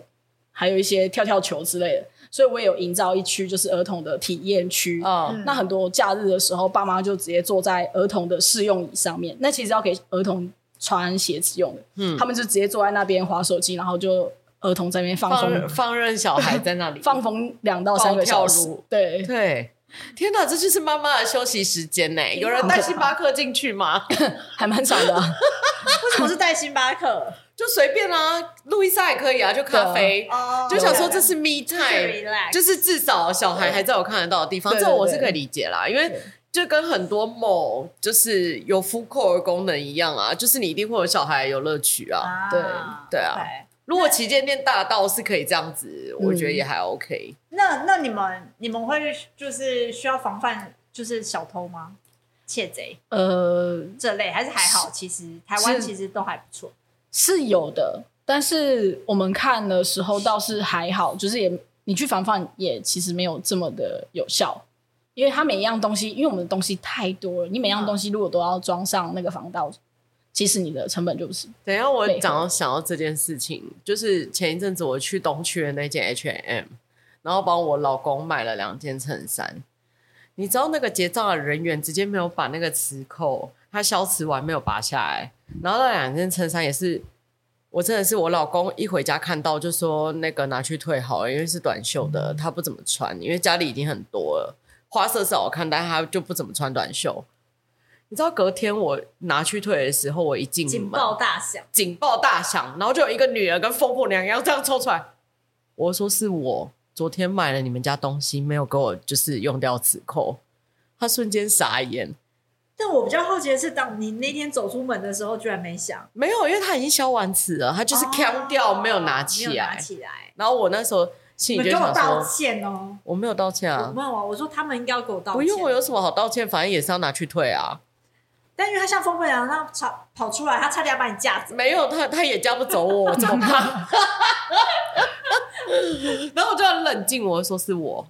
D: 还有一些跳跳球之类的，所以我也有营造一区就是儿童的体验区。
A: 嗯，
D: 那很多假日的时候，爸妈就直接坐在儿童的试用椅上面，那其实要给儿童穿鞋子用的，
A: 嗯
D: 他们就直接坐在那边划手机，然后就儿童在那边放
A: 放
D: 风
A: 任放任小孩在那里
D: 放风两到三个小
A: 放
D: 时
A: 跳入，
D: 对，
A: 对，天哪，这就是妈妈的休息时间呢、有人带星巴克进去吗？
D: 还蛮长的啊、
B: 为什么是带星巴克？
A: 就随便啦，路易莎也可以啊，就咖啡，
B: 哦
A: 就想说这是 me
B: 是
A: time，
B: relax
A: 就是至少小孩还在我看得到的地方，
D: 对
A: 这
D: 对
A: 我是
D: 对
A: 可以理解啦，因为。就跟很多某就是有 full core 的功能一样啊，就是你一定会有小孩有乐趣啊。
B: 啊
D: 对
A: 对啊
B: OK
A: 如果旗舰店大到是可以这样子，我觉得
D: 嗯
A: 也还 OK。
B: 那那你们你们会就是需要防范就是小偷吗？窃贼
D: 呃，
B: 这类还是还好，其实台湾
D: 是
B: 其实都还不错。
D: 是有的，但是我们看的时候倒是还好，就是也你去防范也其实没有这么的有效，因为它每一样东西，因为我们的东西太多了，你每样东西如果都要装上那个防盗，其实你的成本就是
A: 等一下，我
D: 对
A: 讲到想到这件事情，就是前一阵子我去东区的那件 H&M，然后帮我老公买了两件衬衫。你知道那个结账的人员直接没有把那个磁扣，他消磁完没有拔下来，然后那两件衬衫也是，我真的是我老公一回家看到就说那个拿去退好了，因为是短袖的，他不怎么穿，因为家里已经很多了，花色是好看，但他就不怎么穿短袖。你知道隔天我拿去退的时候，我一进门，
B: 警报大响，
A: 警报大响，然后就有一个女儿跟疯婆娘一样这样抽出来。我说是我昨天买了你们家东西，没有给我就是用掉磁扣。她瞬间傻眼，
B: 但我比较好奇的是，当你那天走出门的时候，居然没响，
A: 没有，因为她已经消完磁了，她就是腔掉、没有拿起
B: 哦没有拿
A: 来。
B: 起来。
A: 然后我那时候
B: 你
A: 心
B: 们
A: 里就
B: 给我
A: 想
B: 道
A: 说，
B: 歉哦！
A: 我没有道歉
B: 我
A: 啊，
B: 问我，我说他们应该要给我道歉。
A: 不用我有什么好道歉，反正也是要拿去退啊。
B: 但因为他像风飞扬那样跑跑出来，他差点要把你架走。
A: 没有他，他也叫不走我， 我怎么办？然后我就很冷静，我就说是我，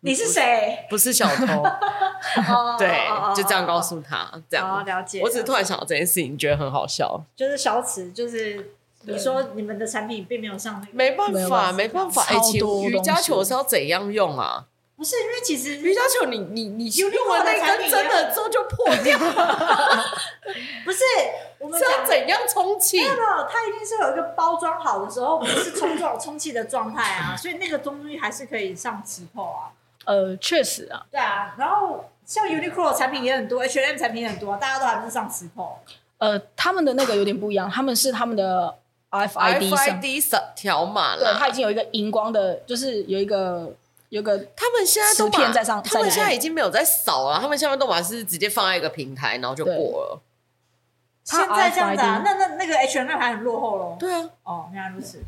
B: 你是谁？
A: 不是小偷。
B: 哦
A: 对
B: 哦哦哦，
A: 就这样告诉他，这样。
B: 哦，了解。
A: 我只是突
B: 了
A: 然想到这件事情，觉得很好笑。
B: 解就是小此，就是你说你们的产品并没有上那个，
A: 没办
D: 没有
A: 法，
D: 办法
A: 没办法。哎，
D: 超
A: 请
D: 多
A: 瑜伽
D: 东西
A: 球是要怎样用啊？
B: 不是因为其实
A: 瑜伽球你，你你用
B: 有另
A: 完
B: 外的
A: 那
B: 产
A: 根
B: 品
A: 针了之后就破掉，
B: 不是我们
A: 是要
B: 讲
A: 怎样充气？
B: 没有，它一定是有一个包装好的时候，不是冲撞 充气的状态啊，所以那个东西还是可以上磁扣啊。
D: 呃，确实啊，
B: 对啊，然后像 Uniqlo 的产品也很多，H&M 产品也很多啊，大家都还不是上磁扣。
D: 呃，他们的那个有点不一样，他们是他们的 RFID 上，
A: FID 扫条码
D: 对，它
A: 啦
D: 已。经有一个荧光的，就是有一个有一个
A: 他们现在都
D: 磁
A: 把
D: 片在上
A: 他们
D: 在哪里
A: 现在已经没有在扫了，他们现在都把是直接放在一个平台，然后就过
D: 对
A: 了。
B: 现
D: 它
B: 在这样子啊
D: RFID，
B: 那那那个 H&M 还很落后喽。
A: 对啊，
B: 哦，原来如 此。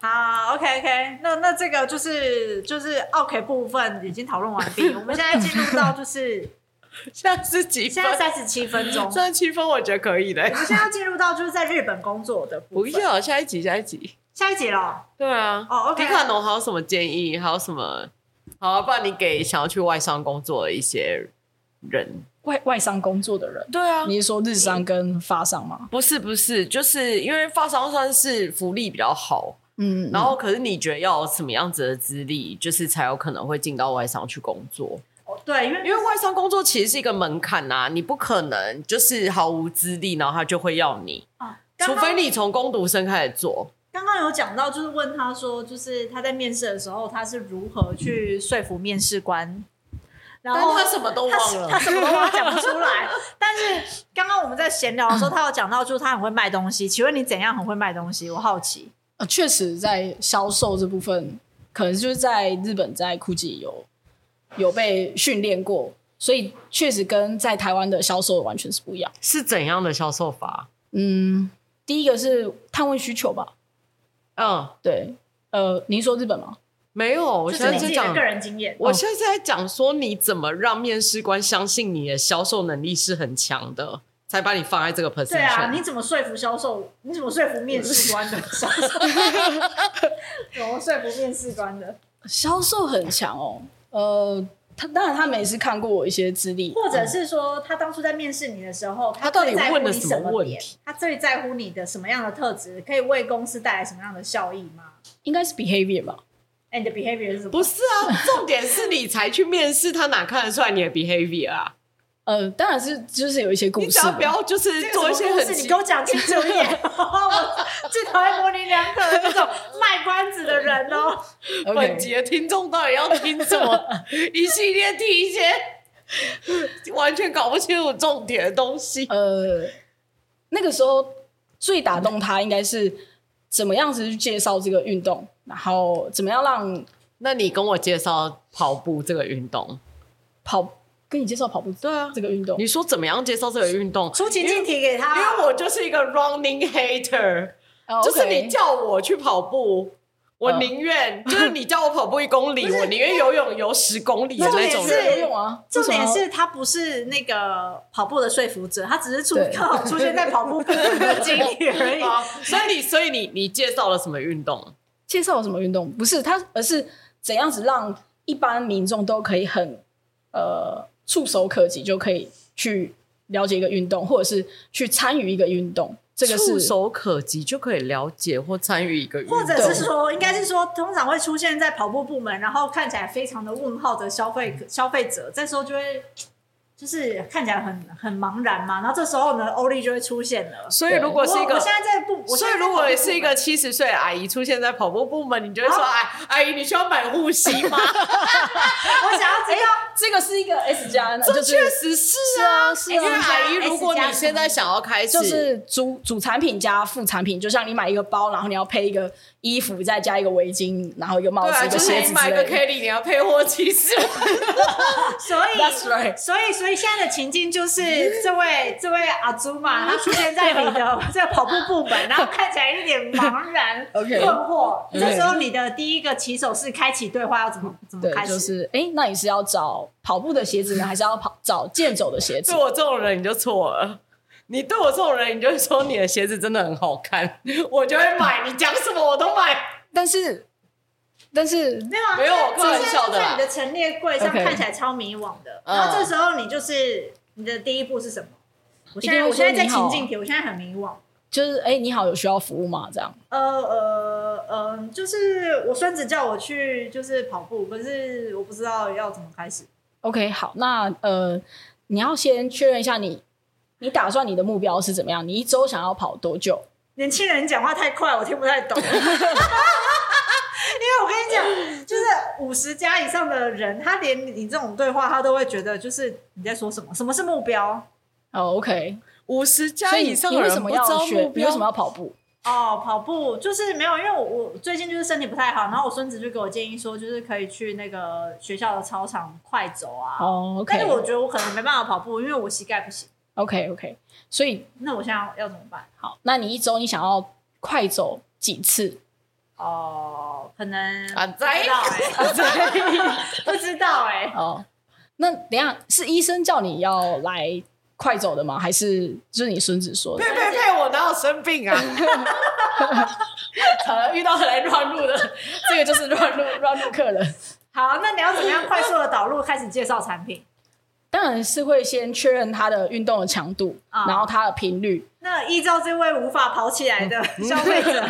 B: 好，OK OK，那那这个就是就是 OK 部分已经讨论完毕，我们现在进入到 就是
A: 现在是几
B: 现
A: 分？
B: 在三十七分钟，
A: 三十七分，我觉得可以的
B: 我。们现在要进入到就是在日本工作的
A: 不
B: 部分。
A: 要，下一集，下一集。
B: 下一集了。
A: 对啊，
B: 哦，OK
A: 迪卡侬还有什么建议？还有什么？好、啊，不然你给想要去外商工作的一些人。
D: 外外商工作的人，
A: 对啊
D: 你是说日商跟发商吗？
A: 不是不是，就是因为发商算是福利比较好，
D: 嗯，
A: 然后可是你觉得要有什么样子的资历，就是才有可能会进到外商去工作？
B: 哦，对，因为
A: 因为外商工作其实是一个门槛啊，你不可能就是毫无资历，然后他就会要你，
B: 啊，
A: 除
B: 刚刚
A: 非你从攻读生开始做。
B: 刚刚有讲到，就是问他说，就是他在面试的时候，他是如何去说服面试官。然后
A: 哦但他什么都忘了
B: 他他什么都忘了讲不出来。但是刚刚我们在闲聊的时候，他有讲到，就是他很会卖东西。请问你怎样很会卖东西？我好奇。
D: 呃，确实在销售这部分，可能就是在日本在 GUCCI 有有被训练过，所以确实跟在台湾的销售完全是不一样。
A: 是怎样的销售法？
D: 嗯，第一个是探问需求吧，
A: 嗯，
D: 对，呃，您说日本吗？
A: 没有，我
B: 就
A: 现在
B: 是你自
A: 就
B: 己
A: 讲
B: 的个人经验。
A: 我现在在讲说，你怎么让面试官相信你的销售能力是很强的，才把你放在这个 position。
B: 对啊，你怎么说服销售？你怎么说服面试 官的？销售怎么说服面试官的？
D: 销售很强哦，呃，他当然他们也是看过我一些资历，
B: 或者是说，他当初在面试你的时候，
A: 他
B: 他
A: 到底
B: 最在乎
A: 问了
B: 你
A: 什么
B: 么
A: 问
B: 点
A: 题？
B: 他最在乎你的什么样的特质，可以为公司带来什么样的效益吗？
D: 应该是 behavior 吧，
B: 哎，你的 behavior 是什么？
A: 不是啊，重点是你才去面试，他哪看得出来你的 behavior 啊？
D: 呃，当然是就是有一些故
A: 你
D: 事
A: 只要
D: 吧，
A: 不要就是做
B: 做一
A: 一些
B: 些
A: 很
B: 很，你
A: 奇
B: 给我讲清楚一点。 我最讨厌模棱两可的那种卖关子的人哦。
A: 本
D: OK，
A: 集的听众到底要听什么？一系列听一些完全搞不清楚重点的东西。
D: 呃，那个时候最打动他应该是怎么样子去介绍这个运动，然后怎么样让
A: 那你跟我介绍跑步这个运动，
D: 跑跟你介绍跑步对啊这个运动
A: 你，说怎么样介绍这个运动？
B: 出情境题给他，
A: 因为我就是一个 running hater，
D: 哦
A: 就是
D: ，OK
A: 你叫我去跑步，我
D: 嗯
A: 宁愿就是你叫我跑步一公里，我宁愿游泳游十公里的那种
B: 重点
A: 人。
B: 是
D: 用啊，
B: 重点
D: 为什么
B: 是他不是那个跑步的说服者，他只是出
D: 对
B: 刚好出现在跑步的经历 而已。
A: 啊，所以你所以你你介绍了什么运动？
D: 要介绍有什么运动，不是他，而是怎样子让一般民众都可以很呃触手可及，就可以去了解一个运动，或者是去参与一个运动。这个
A: 触
D: 是
A: 手可及就可以了解或参与一个运动，
B: 或者是说，应该是说，通常会出现在跑步部门，然后看起来非常的问号的消费消费者，这时候就会就是看起来很很茫然嘛。然后这时候呢，欧丽就会出现了。
A: 所以如果是一
B: 我
A: 个
B: 我现在在不，我
A: 所
B: 现
A: 以
B: 在在
A: 如
B: 跑步部
A: 果
B: 门
A: 是一个七十岁的阿姨出现在跑步部门，你就会说：“哎，阿姨，你需要买护膝吗
B: 我想要知道，
D: 这个是一个 S 加，？”
A: 这
D: 就是
A: 确实是啊，是
B: 啊
A: 因为
B: 是啊
A: 阿姨，如果
B: S 加
A: 你现在想要开始，
D: 就是主主产品加副产品，就像你买一个包，然后你要配一个衣服，再加一个围巾，然后一个帽
A: 对
D: 子、
A: 啊，
D: 一
A: 就
D: 个
A: 是
D: 鞋
A: 你
D: 子
A: 买
D: 之
A: 个
D: 类的。
A: Kelly，你要配货骑士。
B: 所以
D: That's right
B: 所以所以现在的情境 就是这位这位阿朱嘛，他出现在你的在跑步部门，然后看起来一脸茫 然
D: OK
B: 困惑。
D: OK
B: 这时候你的第一个起手是开启对话，要怎么怎么
D: 对，
B: 开始？
D: 就是哎，诶那你是要找跑步的鞋子呢，还是要跑找健走的鞋 子
A: 对？我这种人你就错了。你对我这种人，你就说你的鞋子真的很好看，我就会买。你讲什么我都买。
D: 但是，但是
B: 没有啊，
A: 没有我
B: 这
A: 开玩笑的
B: 这
A: 啦
B: 在你的陈列柜上
D: OK
B: 看起来超迷惘的。
A: 嗯
B: 然后这时候你就是你的第一步是什么？我现
D: 一定
B: 在
D: 会
B: 我现在
D: 说
B: 在
D: 你
B: 情
D: 好啊
B: 境题，我现在很迷惘。
D: 就是哎，诶你好，有需要服务吗？这样
B: 呃呃呃，就是我孙子叫我去就是跑步，可是我不知道要怎么开始。
D: OK，好，那呃，你要先确认一下你你打算你的目标是怎么样？你一周想要跑多久？
B: 年轻人讲话太快，我听不太懂。 因为我跟你讲，就是五十加以上的人，他连你这种对话，他都会觉得就是你在说什么？什么是目标？
D: 哦，OK，
A: 五十
D: 所
A: 加
D: 以
A: 以
D: 你
A: 上
D: 你
A: 的
D: 为什
A: 人
D: 么
A: 不
D: 要
A: 招
D: 学？
A: 目
D: 你
A: 标，
D: 为什么要跑步？
B: 哦，跑步就是没有，因为我我最近就是身体不太好，然后我孙子就给我建议说，就是可以去那个学校的操场快走啊。
D: 哦
B: 但是我
D: ，OK，OK，OK，、
B: 觉得我可能没办法跑步，因为我膝盖不行。
D: 所以
B: 那我现在要怎么办？
D: 好，那你一周你想要快走几次？
B: 哦，可能
A: 啊
B: 不 知道 哎，不知道哎、
D: 哦，那等一下是医生叫你要来快走的吗？还是就是你孙子说的
A: 呸？呸呸！我哪有生病啊？
D: 好了，遇到来乱入的，这个就是乱入乱入客人。
B: 好，那你要怎么样快速的导入开始介绍产品？
D: 当然是会先确认他的运动的强度，
B: 啊
D: 然后他的频率。
B: 那依照这位无法跑起来的 消费者，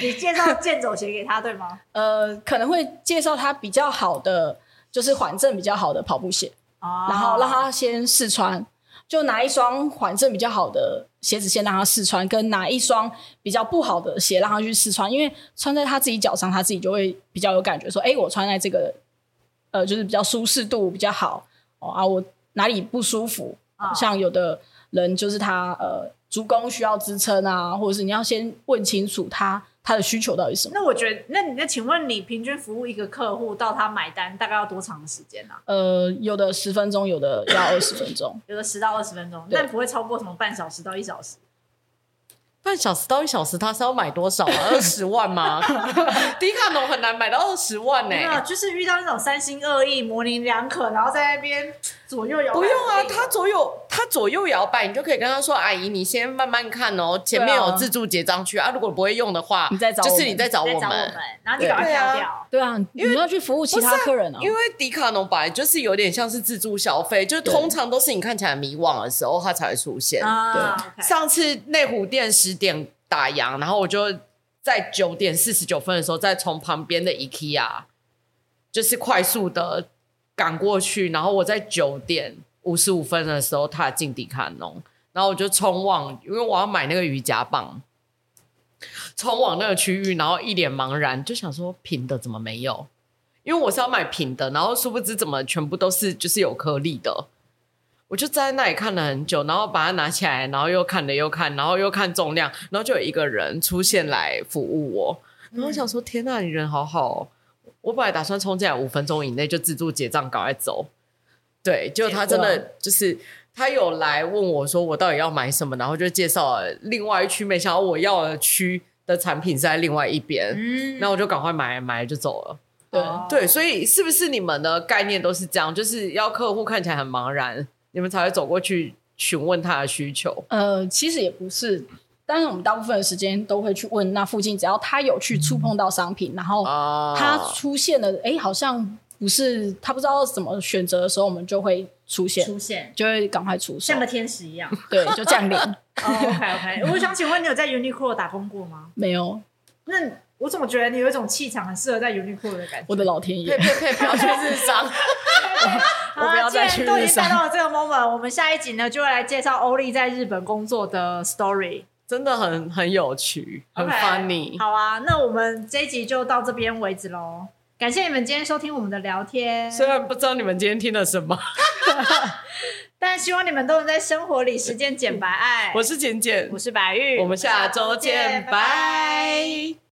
B: 你介绍健走鞋给他对 吗？
D: 呃，可能会介绍他比较好的，就是缓震比较好的跑步鞋，
B: 哦
D: 然后让他先试穿。就拿一双缓震比较好的鞋子先让他试穿，跟拿一双比较不好的鞋让他去试穿，因为穿在他自己脚上，他自己就会比较有感觉，说，哎、我穿在这个，呃，就是比较舒适度比较好哦啊，我哪里不舒服？
B: 啊
D: 像有的人就是他呃足弓需要支撑啊，或者是你要先问清楚他他的需求到底是什么。
B: 那我觉得，那你那请问你平均服务一个客户到他买单大概要多长的时间啊？。
D: 呃，有的十分钟，有的要二十分钟
B: 有的十到二十分钟，
D: 对
B: 但不会超过什么半小时到一小时。
A: 半小时到一小时，他是要买多少啊？二十万吗？迪卡侬很难买到二十万呢、
B: 没有，就是遇到那种三心二意、模棱两可，然后在那边左右摇摆不
A: 不
B: 定。
A: 用啊，他左右他左右摇摆，你就可以跟他说：“阿姨，你先慢慢看哦，前面有自助结账区啊，如果不会用的话，
D: 你再找我
A: 就
D: 们
A: 是你再找
B: 在
A: 我
B: 找我
A: 们。
B: 们，然后你赶快
A: 对啊
B: 挑掉。
D: 对啊，你要去服务其他客人啊。
A: 因为迪卡侬本来就是有点像是自助消费，就通常都是你看起来迷惘的时候，它才会出现。
B: 啊，OK，
A: 上次内湖店十点打烊，然后我就在九点四十九分的时候，再从旁边的 IKEA 就是快速的赶过去，然后我在九点五十五分的时候踏进迪卡侬，然后我就冲往，因为我要买那个瑜伽棒，冲往那个区域，然后一脸茫然，就想说平的怎么没有？因为我是要买平的，然后殊不知怎么全部都是就是有颗粒的，我就站在那里看了很久，然后把它拿起来，然后又看了又看，然后又看重量，然后就有一个人出现来服务我，然后我想说：天呐，你人好好、哦！我本来打算冲进来五分钟以内就自助结账，赶快走。对，结果他真
D: 结
A: 的就是他有来问我说我到底要买什么，然后就介绍了另外一区，没想到我要的区的产品是在另外一边，
B: 嗯
A: 那、我就赶快买买了就走了。
D: 对
B: 哦
A: 对，所以是不是你们的概念都是这样，就是要客户看起来很茫然，你们才会走过去询问他的需求？
D: 呃，其实也不是，但是我们大部分的时间都会去问那附近，只要他有去触碰到商品，然后
A: 哦
D: 他出现了，哎、好像不是他不知道怎么选择的时候，我们就会出现，
B: 出现
D: 就会赶快出手
B: 像，个天使一样。
D: 对，就降临。
B: 哦 OK OK，我想请问你有在 Uniqlo 打工过吗？
D: 没有，
B: 那我总觉得你有一种气场，很适合在 Uniqlo 的感觉。
D: 我的老天
A: 呸
D: 爷，
A: 呸呸，不要去日商。
B: 好
D: 我不要
B: 既然
D: 再去
B: 都已
D: 日
B: 经
D: 商
B: 带到了这个 moment，我们下一集呢就会来介绍欧丽在日本工作的 story，
A: 真的很很有趣，很
B: OK，
A: funny。
B: 好啊，那我们这一集就到这边为止喽。感谢你们今天收听我们的聊天，
A: 虽然不知道你们今天听了什么，
B: 但希望你们都能在生活里实践简白爱。
A: 我是简简
B: 我，是白玉，
A: 我们下周见，
B: 拜
A: 拜。